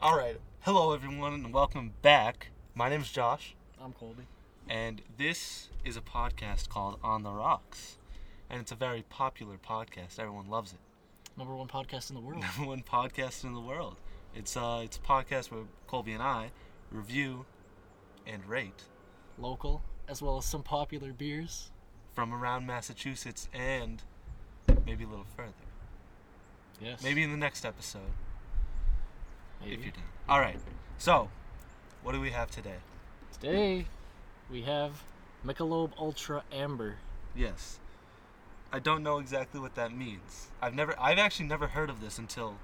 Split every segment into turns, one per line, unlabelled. All right. Hello, everyone, and welcome back. My name's Josh,
I'm Colby.
and this is a podcast called On the Rocks. And it's a very popular podcast. Everyone loves it.
Number one podcast in the world.
Number one podcast in the world. It's, uh, it's a podcast where Colby and I review and rate
Local, as well as some popular beers.
from around Massachusetts and maybe a little further.
Yes.
Maybe in the next episode,
Maybe.
if you're down. All right. So, what do we have today?
Today, we have Michelob Ultra Amber.
Yes. I don't know exactly what that means. I've never I've actually never heard of this until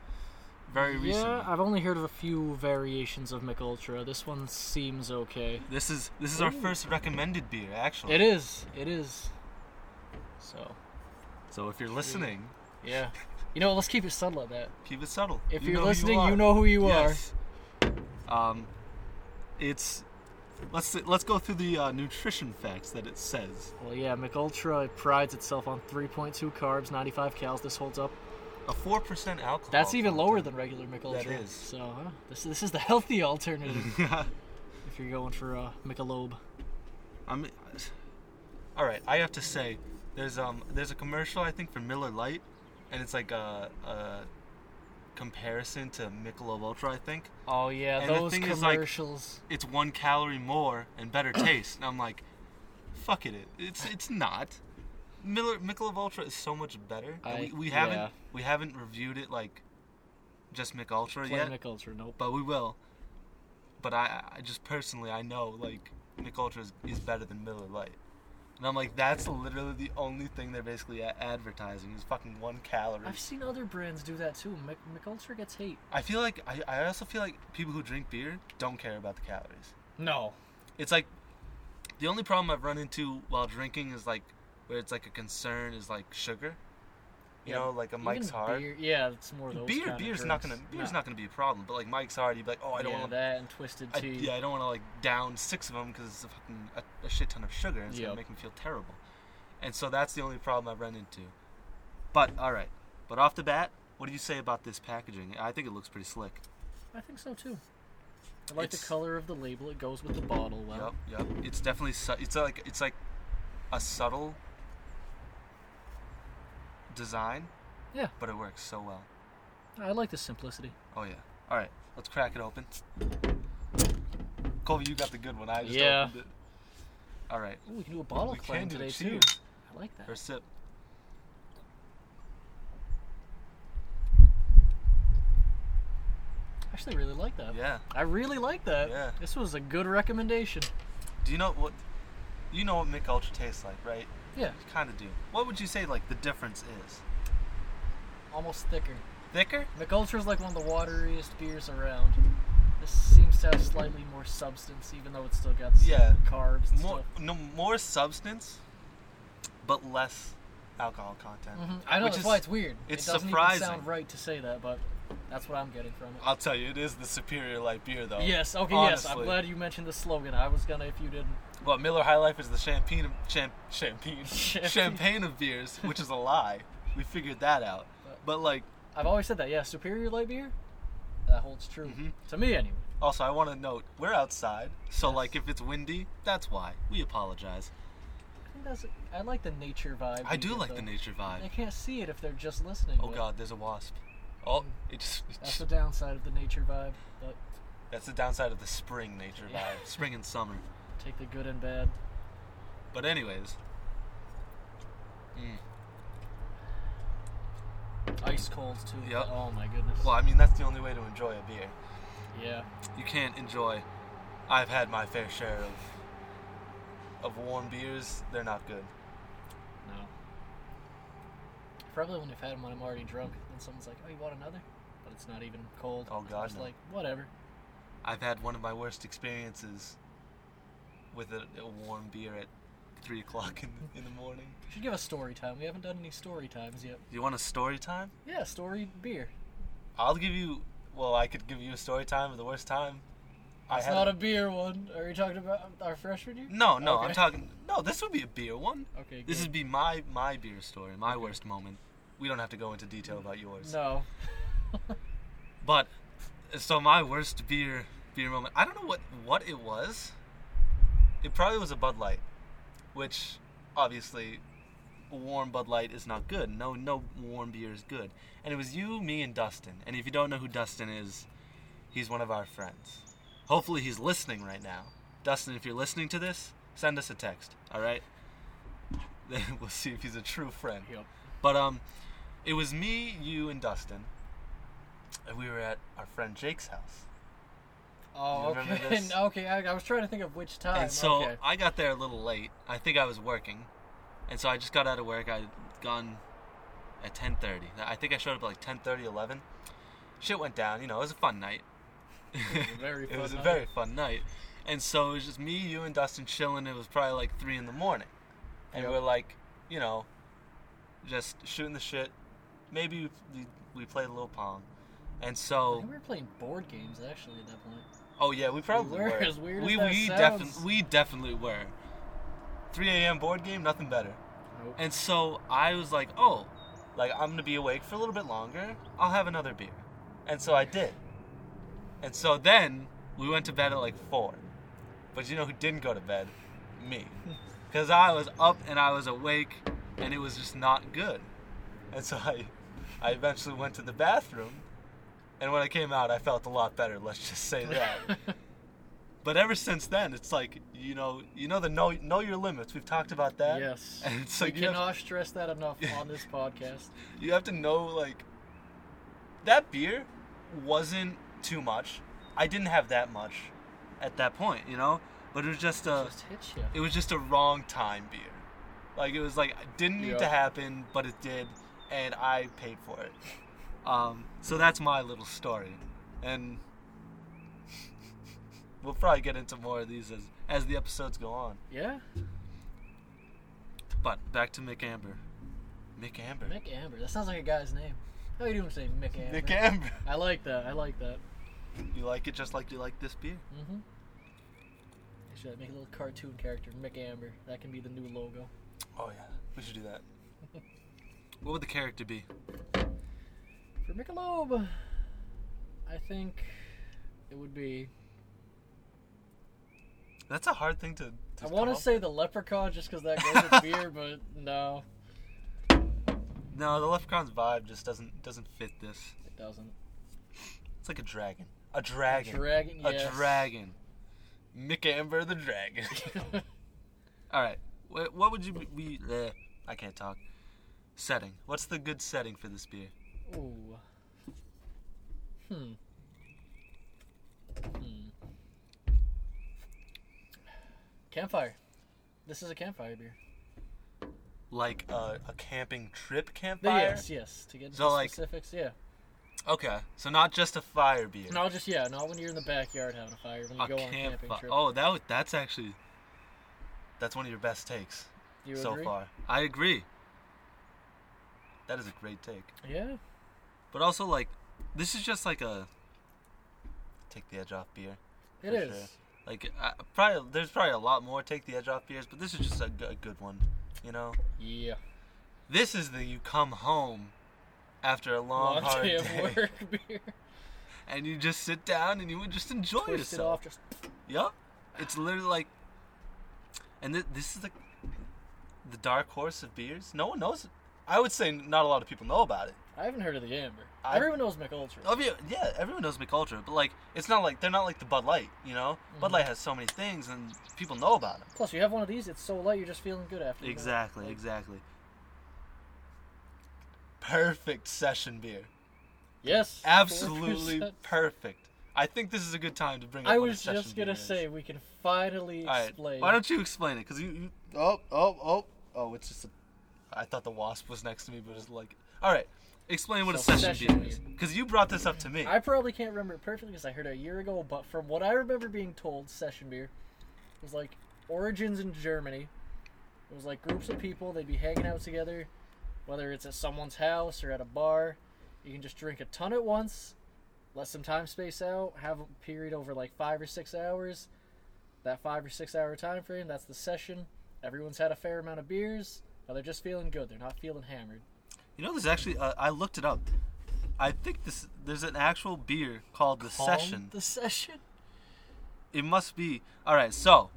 very recently.
Yeah, I've only heard of a few variations of Michelob Ultra. This one seems okay.
This is this is our first recommended beer actually.
It is. It is. So,
So if you're listening,
yeah. You know, let's keep it subtle at that.
keep it subtle.
If
You
you're
know who
listening,
are.
you know who you
yes. are. Um it's let's let's go through the uh, nutrition facts that it says.
Well, yeah, Michelob Ultra prides itself on 3.2 carbs, 95 cals. This holds up.
A 4% alcohol.
That's even lower
content.
than regular Michelob
That
Ultra.
is.
So, huh? this this is the healthy alternative. if you're going for a Michelob.
I'm All right, I have to say there's um there's a commercial I think for Miller Lite and it's like a, a comparison to Michelob Ultra I think.
Oh yeah,
And the
those
thing is, like-
commercials.
It's 1 calorie more and better taste. And I'm like fuck it. It's it's not. Miller Michelob Ultra is so much better. and
I-
we, we haven't
yeah.
we haven't reviewed it like just Mick Ultra
Plain
yet,
Mick Ultra, nope.
but we will. But I I just personally I know like Mick Ultra is, is better than Miller Lite. And I'm like, that's literally the only thing they're basically a- advertising is fucking one calorie.
I've seen other brands do that too. Mick, Mick Ultra gets hate.
I feel like I, I also feel like people who drink beer don't care about the calories.
No.
It's like the only problem I've run into while drinking is like where it's like a concern is like sugar. You
Yeah,
know, like a Mike's
Even
Hard.
Beer, yeah, it's more of those.
Beer,
kinda
beer's not gonna
drinks.
beer's
No.
not gonna be a problem, but like Mike's Hard, you'd be like, oh, I don't
yeah,
want to.
that and twisted
I,
tea.
yeah, I don't want to like down six of them because it's a fucking a, a shit ton of sugar and it's gonna
Yep.
make me feel terrible. And so that's the only problem I've run into. But all right, but off the bat, what do you say about this packaging? I think it looks pretty slick.
I think so too. I like
It's-
the color of the label. It goes with the bottle well.
Yep, yep. It's definitely su- it's like it's like a subtle design,
Yeah,
but it works so well.
I like the simplicity.
Oh yeah. All right, let's crack it open. Colby, you got the good one. I just
Yeah.
opened it. All right,
Ooh, we can do a bottle
we can
claim
do
today
it.
too.
Cheers.
I like that.
First sip.
I actually really like that.
Yeah.
I really like that.
Yeah.
This was a good recommendation.
Do you know what? You know what Mick Ultra tastes like, right?
Yeah,
You kind of do. What would you say like the difference is?
almost thicker.
Thicker?
McUltra is like one of the wateriest beers around. This seems to have slightly more substance, even though it's still got some
Yeah.
carbs and
More
stuff.
no more substance, but less alcohol content.
Mhm. I know
Which
that's
is-
why it's weird.
it's
it doesn't
surprising.
even sound right to say that, but that's what I'm getting from it.
I'll tell you, it is the superior light beer, though.
yes. Okay. Yes. I'm
honestly.
glad you mentioned the slogan. I was gonna if you didn't.
Well, Miller High Life is the champagne of champ, champagne
Champagne.
champagne of beers, which is a lie. We figured that out. But like,
I've always said that. Yeah. Superior light beer. That holds true
Mhm.
to me anyway.
also, I want to note we're outside, so
Yes.
like if it's windy, that's why. We apologize.
I think that's. I like the nature vibe.
I
we
do
get,
like
though.
the nature
They
vibe.
can't see it if they're just listening.
Oh
but
God, there's a wasp. Oh, it just, it
Mm. That's
just-
the downside of the nature vibe. But
that's the downside of the spring nature
Yeah.
vibe, spring and summer.
take the good and bad.
But anyways, mm,
ice cold too.
Yep.
Oh my goodness.
well, I mean that's the only way to enjoy a beer.
Yeah.
you can't enjoy. I've had my fair share of of warm beers. They're not good.
No. Probably when you've had them when I'm already drunk, then someone's like, "Oh, you want another?" But it's not even cold.
Oh, God,
I'm just
no.
like whatever.
I've had one of my worst experiences with a, a warm beer at three o'clock in, in the morning.
We should give a story time. We haven't done any story times yet.
You want a story time?
Yeah, story beer.
I'll give you. Well, I could give you a story time of the worst time.
It's not a beer one. Are you talking about our freshman year?
No, no. I'm
Okay.
talking. No, this would be a beer one.
Okay.
This would be
good.
my my beer story, my worst moment. We don't have to go into detail about yours.
No.
But So my worst beer beer moment. I don't know what what it was. It probably was a Bud Light, which obviously warm Bud Light is not good. No no warm beer is good. And it was you, me, and Dustin. And if you don't know who Dustin is, he's one of our friends. Hopefully he's listening right now. Dustin, if you're listening to this, send us a text. All right. Then we'll see if he's a true friend.
Yep.
But um, it was me, you, and Dustin, and we were at our friend Jake's house. You
Oh,
remember
okay.
this?
okay, I, I was trying to think of which time.
and so
okay.
I got there a little late. I think I was working, and so I just got out of work. I'd gone at 10:30. I think I showed up at like 10:30, 11. Shit went down. You know, it was a fun night.
was a very
it was
fun
a
night.
very fun night, and so it was just me, you, and Dustin chilling. It was probably like three in the morning, and
Yep.
we're like, you know, just shooting the shit. Maybe we, we played a little pong, and
I
so
think we were playing board games actually at that point.
Oh yeah, we probably
were,
were.
as weird as
we
that
we
sounds.
definitely we definitely were. 3 a.m. board game, nothing better.
Nope.
And so I was like, oh, like I'm gonna be awake for a little bit longer. I'll have another beer, and so I did. And so then we went to bed at like four. But you know who didn't go to bed? Me, because I was up and I was awake, and it was just not good. And so I, I eventually went to the bathroom, and when I came out, I felt a lot better. Let's just say that. But ever since then, it's like you know, you know the know know your limits. We've talked about that.
yes.
And it's like
we
you have,
cannot stress that enough on this podcast.
you have to know like that beer wasn't too much. I didn't have that much at that point, you know. But it was just a
Just hits you.
it was just a wrong time beer. Like it was like it didn't need
Yeah.
to happen, but it did, and I paid for it. Um, so that's my little story, and we'll probably get into more of these as as the episodes go on.
Yeah.
But back to Mick Amber. Mick Amber.
Mick Amber. That sounds like a guy's name. How you doing, say Mick Amber?
Mick Amber.
I like that. I like that.
You like it just like you like this beer.
Mm-hmm. I should make a little cartoon character, Mick Amber. That can be the new logo.
Oh yeah, we should do that. what would the character be?
For Michelob, I think it would be.
That's a hard thing to. to
I want
come
to
up
say the leprechaun just because that goes with beer, but no,
with. No, the leprechaun's vibe just doesn't doesn't fit this.
it doesn't.
It's like a dragon. A dragon.
Dragon,
A
yes.
dragon. Mick Amber the dragon. All right. What, what would you be? we- bleh, I can't talk. Setting. What's the good setting for this beer?
Ooh. Hmm. Hmm. Campfire. This is a campfire beer.
Like a, a camping trip campfire.
Yes, yes. To get into
So,
the
like-
specifics, yeah.
Okay, so not just a fire beer.
No, just yeah. Not when you're in the backyard having a fire. When you
a
go on a
camp
camping
fi-
trip.
Oh, that was, that's actually that's one of your best takes
Do you
so
agree?
far. I agree. That is a great take.
Yeah.
But also like this is just like a take the edge off beer.
It
for
is.
sure. Like I, probably there's probably a lot more take the edge off beers, but this is just a, g- a good one, you know.
Yeah.
This is the you come home after a long,
Long
Oh, hard day,
day of work beer.
and you just sit down and you would just enjoy
Twist it
yourself.
off. Just
Yup. It's literally like, and th- this is the the dark horse of beers. No one knows. It. I would say not a lot of people know about it.
I haven't heard of the amber.
I-
Everyone knows Mick Ultra.
Oh yeah, yeah, everyone knows McUltra, but like, it's not like they're not like the Bud Light. You know, Bud
Mhm.
Light has so many things, and people know about them.
Plus, you have one of these. It's so light, you're just feeling good after. you know?
Exactly,
Like,
exactly. Perfect session beer.
Yes.
Absolutely
4%.
perfect. I think this is a good time to bring up.
I
what a
was
session
just gonna
beer is.
say we can finally
All right.
explain.
Why don't you explain it? Cause you, you. Oh, oh, oh, oh! It's just. A... I thought the wasp was next to me, but it's like. All right, explain what
So
a session,
session
beer is. Cause you brought this up to me.
I probably can't remember it perfectly because I heard it a year ago, but from what I remember being told, session beer was like origins in Germany. It was like groups of people, they'd be hanging out together, whether it's at someone's house or at a bar. You can just drink a ton at once, let some time space out, have a period over like five or six hours. That five or six hour time frame, that's the session. Everyone's had a fair amount of beers. Now they're just feeling good. They're not feeling hammered.
You know, there's actually. Uh, I looked it up. I think this there's an actual beer called the Session.
The session.
It must be all right. So,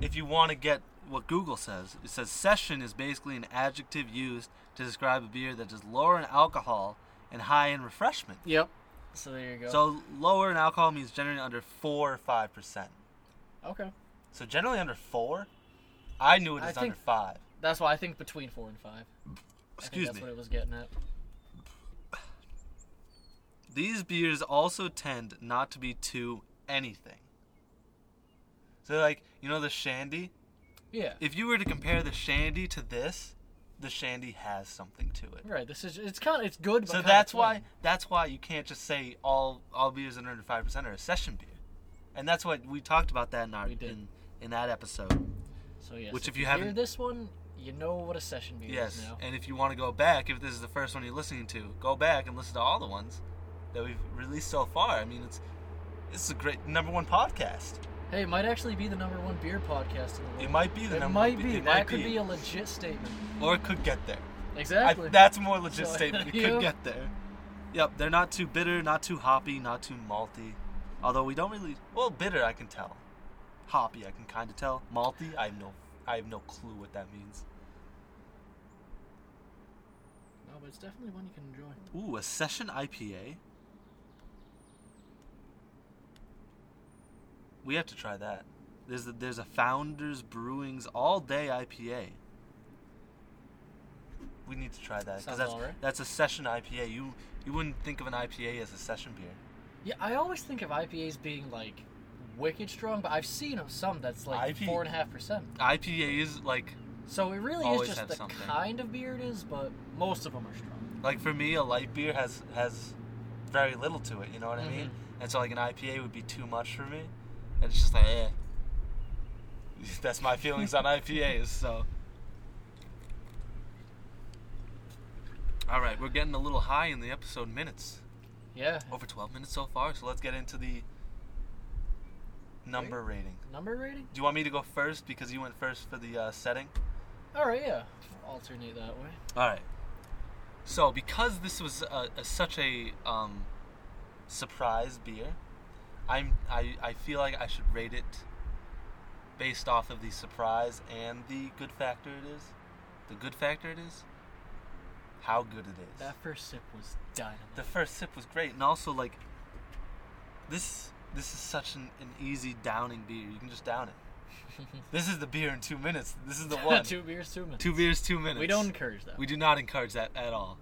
if you want to get what Google says, it says session is basically an adjective used to describe a beer that is lower in alcohol and high in refreshment.
Yep. So there you go.
So lower in alcohol means generally under four or five percent.
okay.
So generally under four. I knew it
I
was
think-
under five.
That's why I think between four and five. I think
Excuse
that's
me.
what it was getting at.
These beers also tend not to be too anything. So like you know the shandy.
Yeah.
If you were to compare the shandy to this, the shandy has something to it.
right. This is it's kind of it's good. But
So
kinda
that's
plain.
why that's why you can't just say all all beers under five percent are a session beer, and that's what we talked about that in our
We did.
in, in that episode.
So yes.
which if you
hear
haven't-
this one, you know what a session beer
Yes,
is now.
and if you want to go back, if this is the first one you're listening to, go back and listen to all the ones that we've released so far. I mean, it's it's a great number one podcast.
Hey, it might actually be the number one beer podcast in the world.
It might be the
It
number
might
one.
be.
It
that
might
could be. a legit statement.
or it could get there. I-
Exactly.
that's a more legit
So,
statement. It
you-
could get there. Yep, they're not too bitter, not too hoppy, not too malty. Although we don't really well bitter, I can tell. Hoppy, I can kind of tell. Malty, I have no, I have no clue what that means.
No, but it's definitely one you can enjoy.
Ooh, a session IPA. We have to try that. There's a, there's a Founders Brewing's All Day IPA. We need to try that
Sounds
because that's
alright.
that's a session IPA. You you wouldn't think of an IPA as a session beer.
Yeah, I always think of IPAs being like wicked strong, but I've seen of some that's like
IP
four and a half percent.
IPA is like
So it really
Always
is just
have
the
something.
kind of beer it is, but most of them are strong.
like for me a light beer has has very little to it. You know what I mean? And so like an IPA would be too much for me, and it's just like eh. That's my feelings on IPAs. So. All right, we're getting a little high in the episode minutes.
Yeah.
Over 12 minutes so far, so let's get into the number rating.
Number rating?
Do you want me to go first because you went first for the uh, setting?
All right, yeah. Alternate that way.
All right. So because this was a, a, such a um, surprise beer, I'm I, I feel like I should rate it based off of the surprise and the good factor it is. The good factor it is. How good it is.
That first sip was dynamite.
The first sip was great, and also like this this is such an, an easy downing beer. You can just down it. this is the beer in two minutes. This is the one.
two beers, two minutes.
two beers, two minutes.
We don't encourage that.
We do not encourage that at all.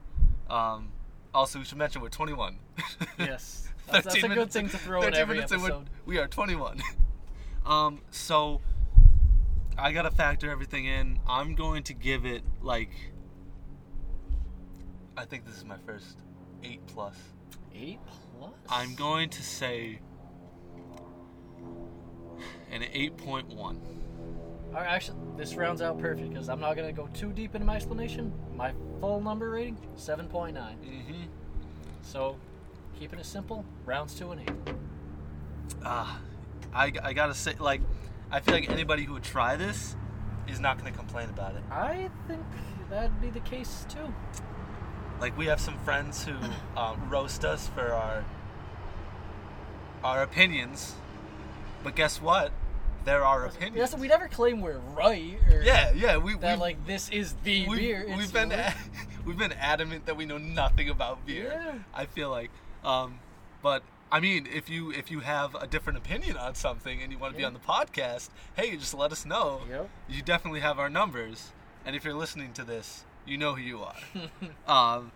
Um, also, we should mention we're 21.
Yes. That's, that's a
13
good
minutes-
thing to throw in
13
every
minutes and we're-
episode.
We are 21. um, so I gotta factor everything in. I'm going to give it like I think this is my first eight plus.
Eight plus?
I'm going to say an 8.1.
All right, actually, this rounds out perfect because I'm not going to go too deep into my explanation. My full number rating, 7.9.
Mm-hmm.
So, keeping it simple, rounds two and eight.
Ah, I, I gotta say, like, I feel like anybody who would try this is not gonna complain about it.
I think that'd be the case too.
Like, we have some friends who um, roast us for our our opinions, but guess what? They're our opinions.
Yes, we never claim we're right or
yeah, yeah. We
that
we've,
like this is the
we've,
beer. It's
we've been
yours.
a- we've been adamant that we know nothing about beer.
Yeah.
I feel like, um, but I mean, if you if you have a different opinion on something and you want to be
Yeah.
on the podcast, hey, just let us know.
Yep.
you definitely have our numbers, and if you're listening to this, you know who you are. um,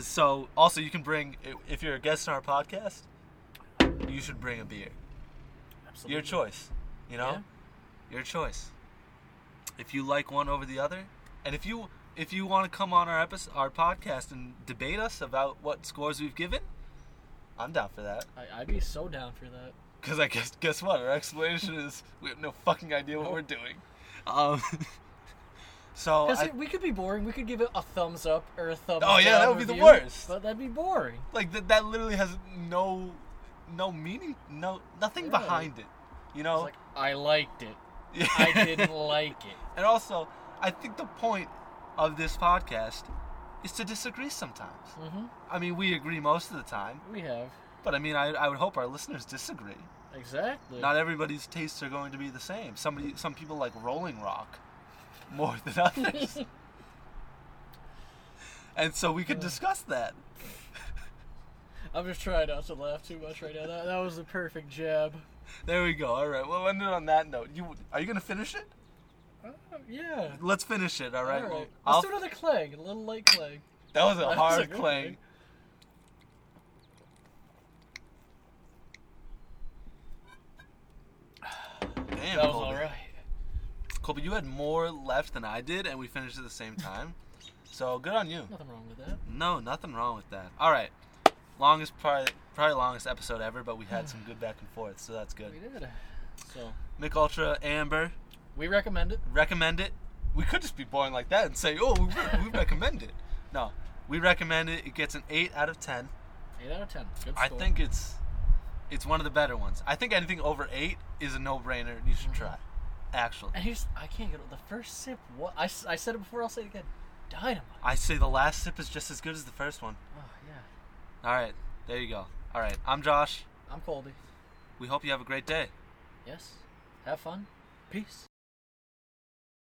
so, also, you can bring if you're a guest on our podcast, you should bring a beer.
Absolutely.
Your choice, you know, your choice. If you like one over the other, and if you if you want to come on our episode, our podcast and debate us about what scores we've given, I'm down for that.
I, I'd be so down for that.
Because I guess guess what? Our explanation is we have no fucking idea what
Nope.
we're doing. Um, so
Because
I,
we could be boring. We could give it a thumbs up or a thumbs.
Oh, yeah,
down
that would be the
review,
worst.
But that'd be boring.
like that, that literally has no no meaning, no nothing
Yeah.
behind it. You know.
It's like I liked it. I didn't like it.
and also, I think the point of this podcast is to disagree sometimes.
Mm-hmm.
I mean, we agree most of the time,
We have
but I mean, I, I would hope our listeners disagree.
exactly.
Not everybody's tastes are going to be the same. Somebody, some people like Rolling Rock more than others, and so we could discuss that.
I'm just trying not to laugh too much right now. That, that was the perfect jab.
There we go. All right, we'll end it on that note. You are you gonna finish it?
Oh, yeah.
Let's finish it. All right.
All
Well,
right.
I'll-
Let's do another clang, a little light clang.
that was a
That was
hard
a good
clang.
one.
Damn,
That was
Colby.
all right.
Colby, you had more left than I did, and we finished at the same time. so good on you.
Nothing wrong with that.
No, nothing wrong with that. All right, longest probably probably longest episode ever, but we had some good back and forth, so that's
We
good.
did. So
Mick Ultra, Amber,
we recommend it.
recommend it. We could just be boring like that and say, oh, we, re- we recommend it. No, we recommend it. It gets an eight out of ten.
Eight out of ten. Good
I
score.
think it's it's one of the better ones. I think anything over eight is a no brainer. You should try. Actually,
And here's I can't get it. The first sip. What I, s- I said it before. I'll say it again. Dynamite.
I say the last sip is just as good as the first one.
Oh yeah.
All right, there you go. All right, I'm Josh.
I'm Colby.
We hope you have a great day.
Yes. Have fun. Peace.